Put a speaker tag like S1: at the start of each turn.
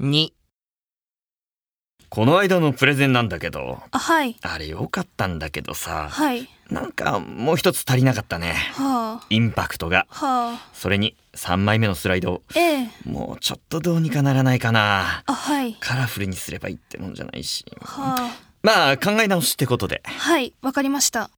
S1: 2
S2: この間のプレゼンなんだけど
S3: あはい
S2: あれ良かったんだけどさ
S3: はい
S2: なんかもう一つ足りなかったね
S3: は
S2: インパクトが
S3: あはあ
S2: それに3枚目のスライド
S3: ええ
S2: もうちょっとどうにかならないかな
S3: あはい
S2: カラフルにすればいいってもんじゃないし
S3: は
S2: まあ考え直しってことで
S3: あはいわかりました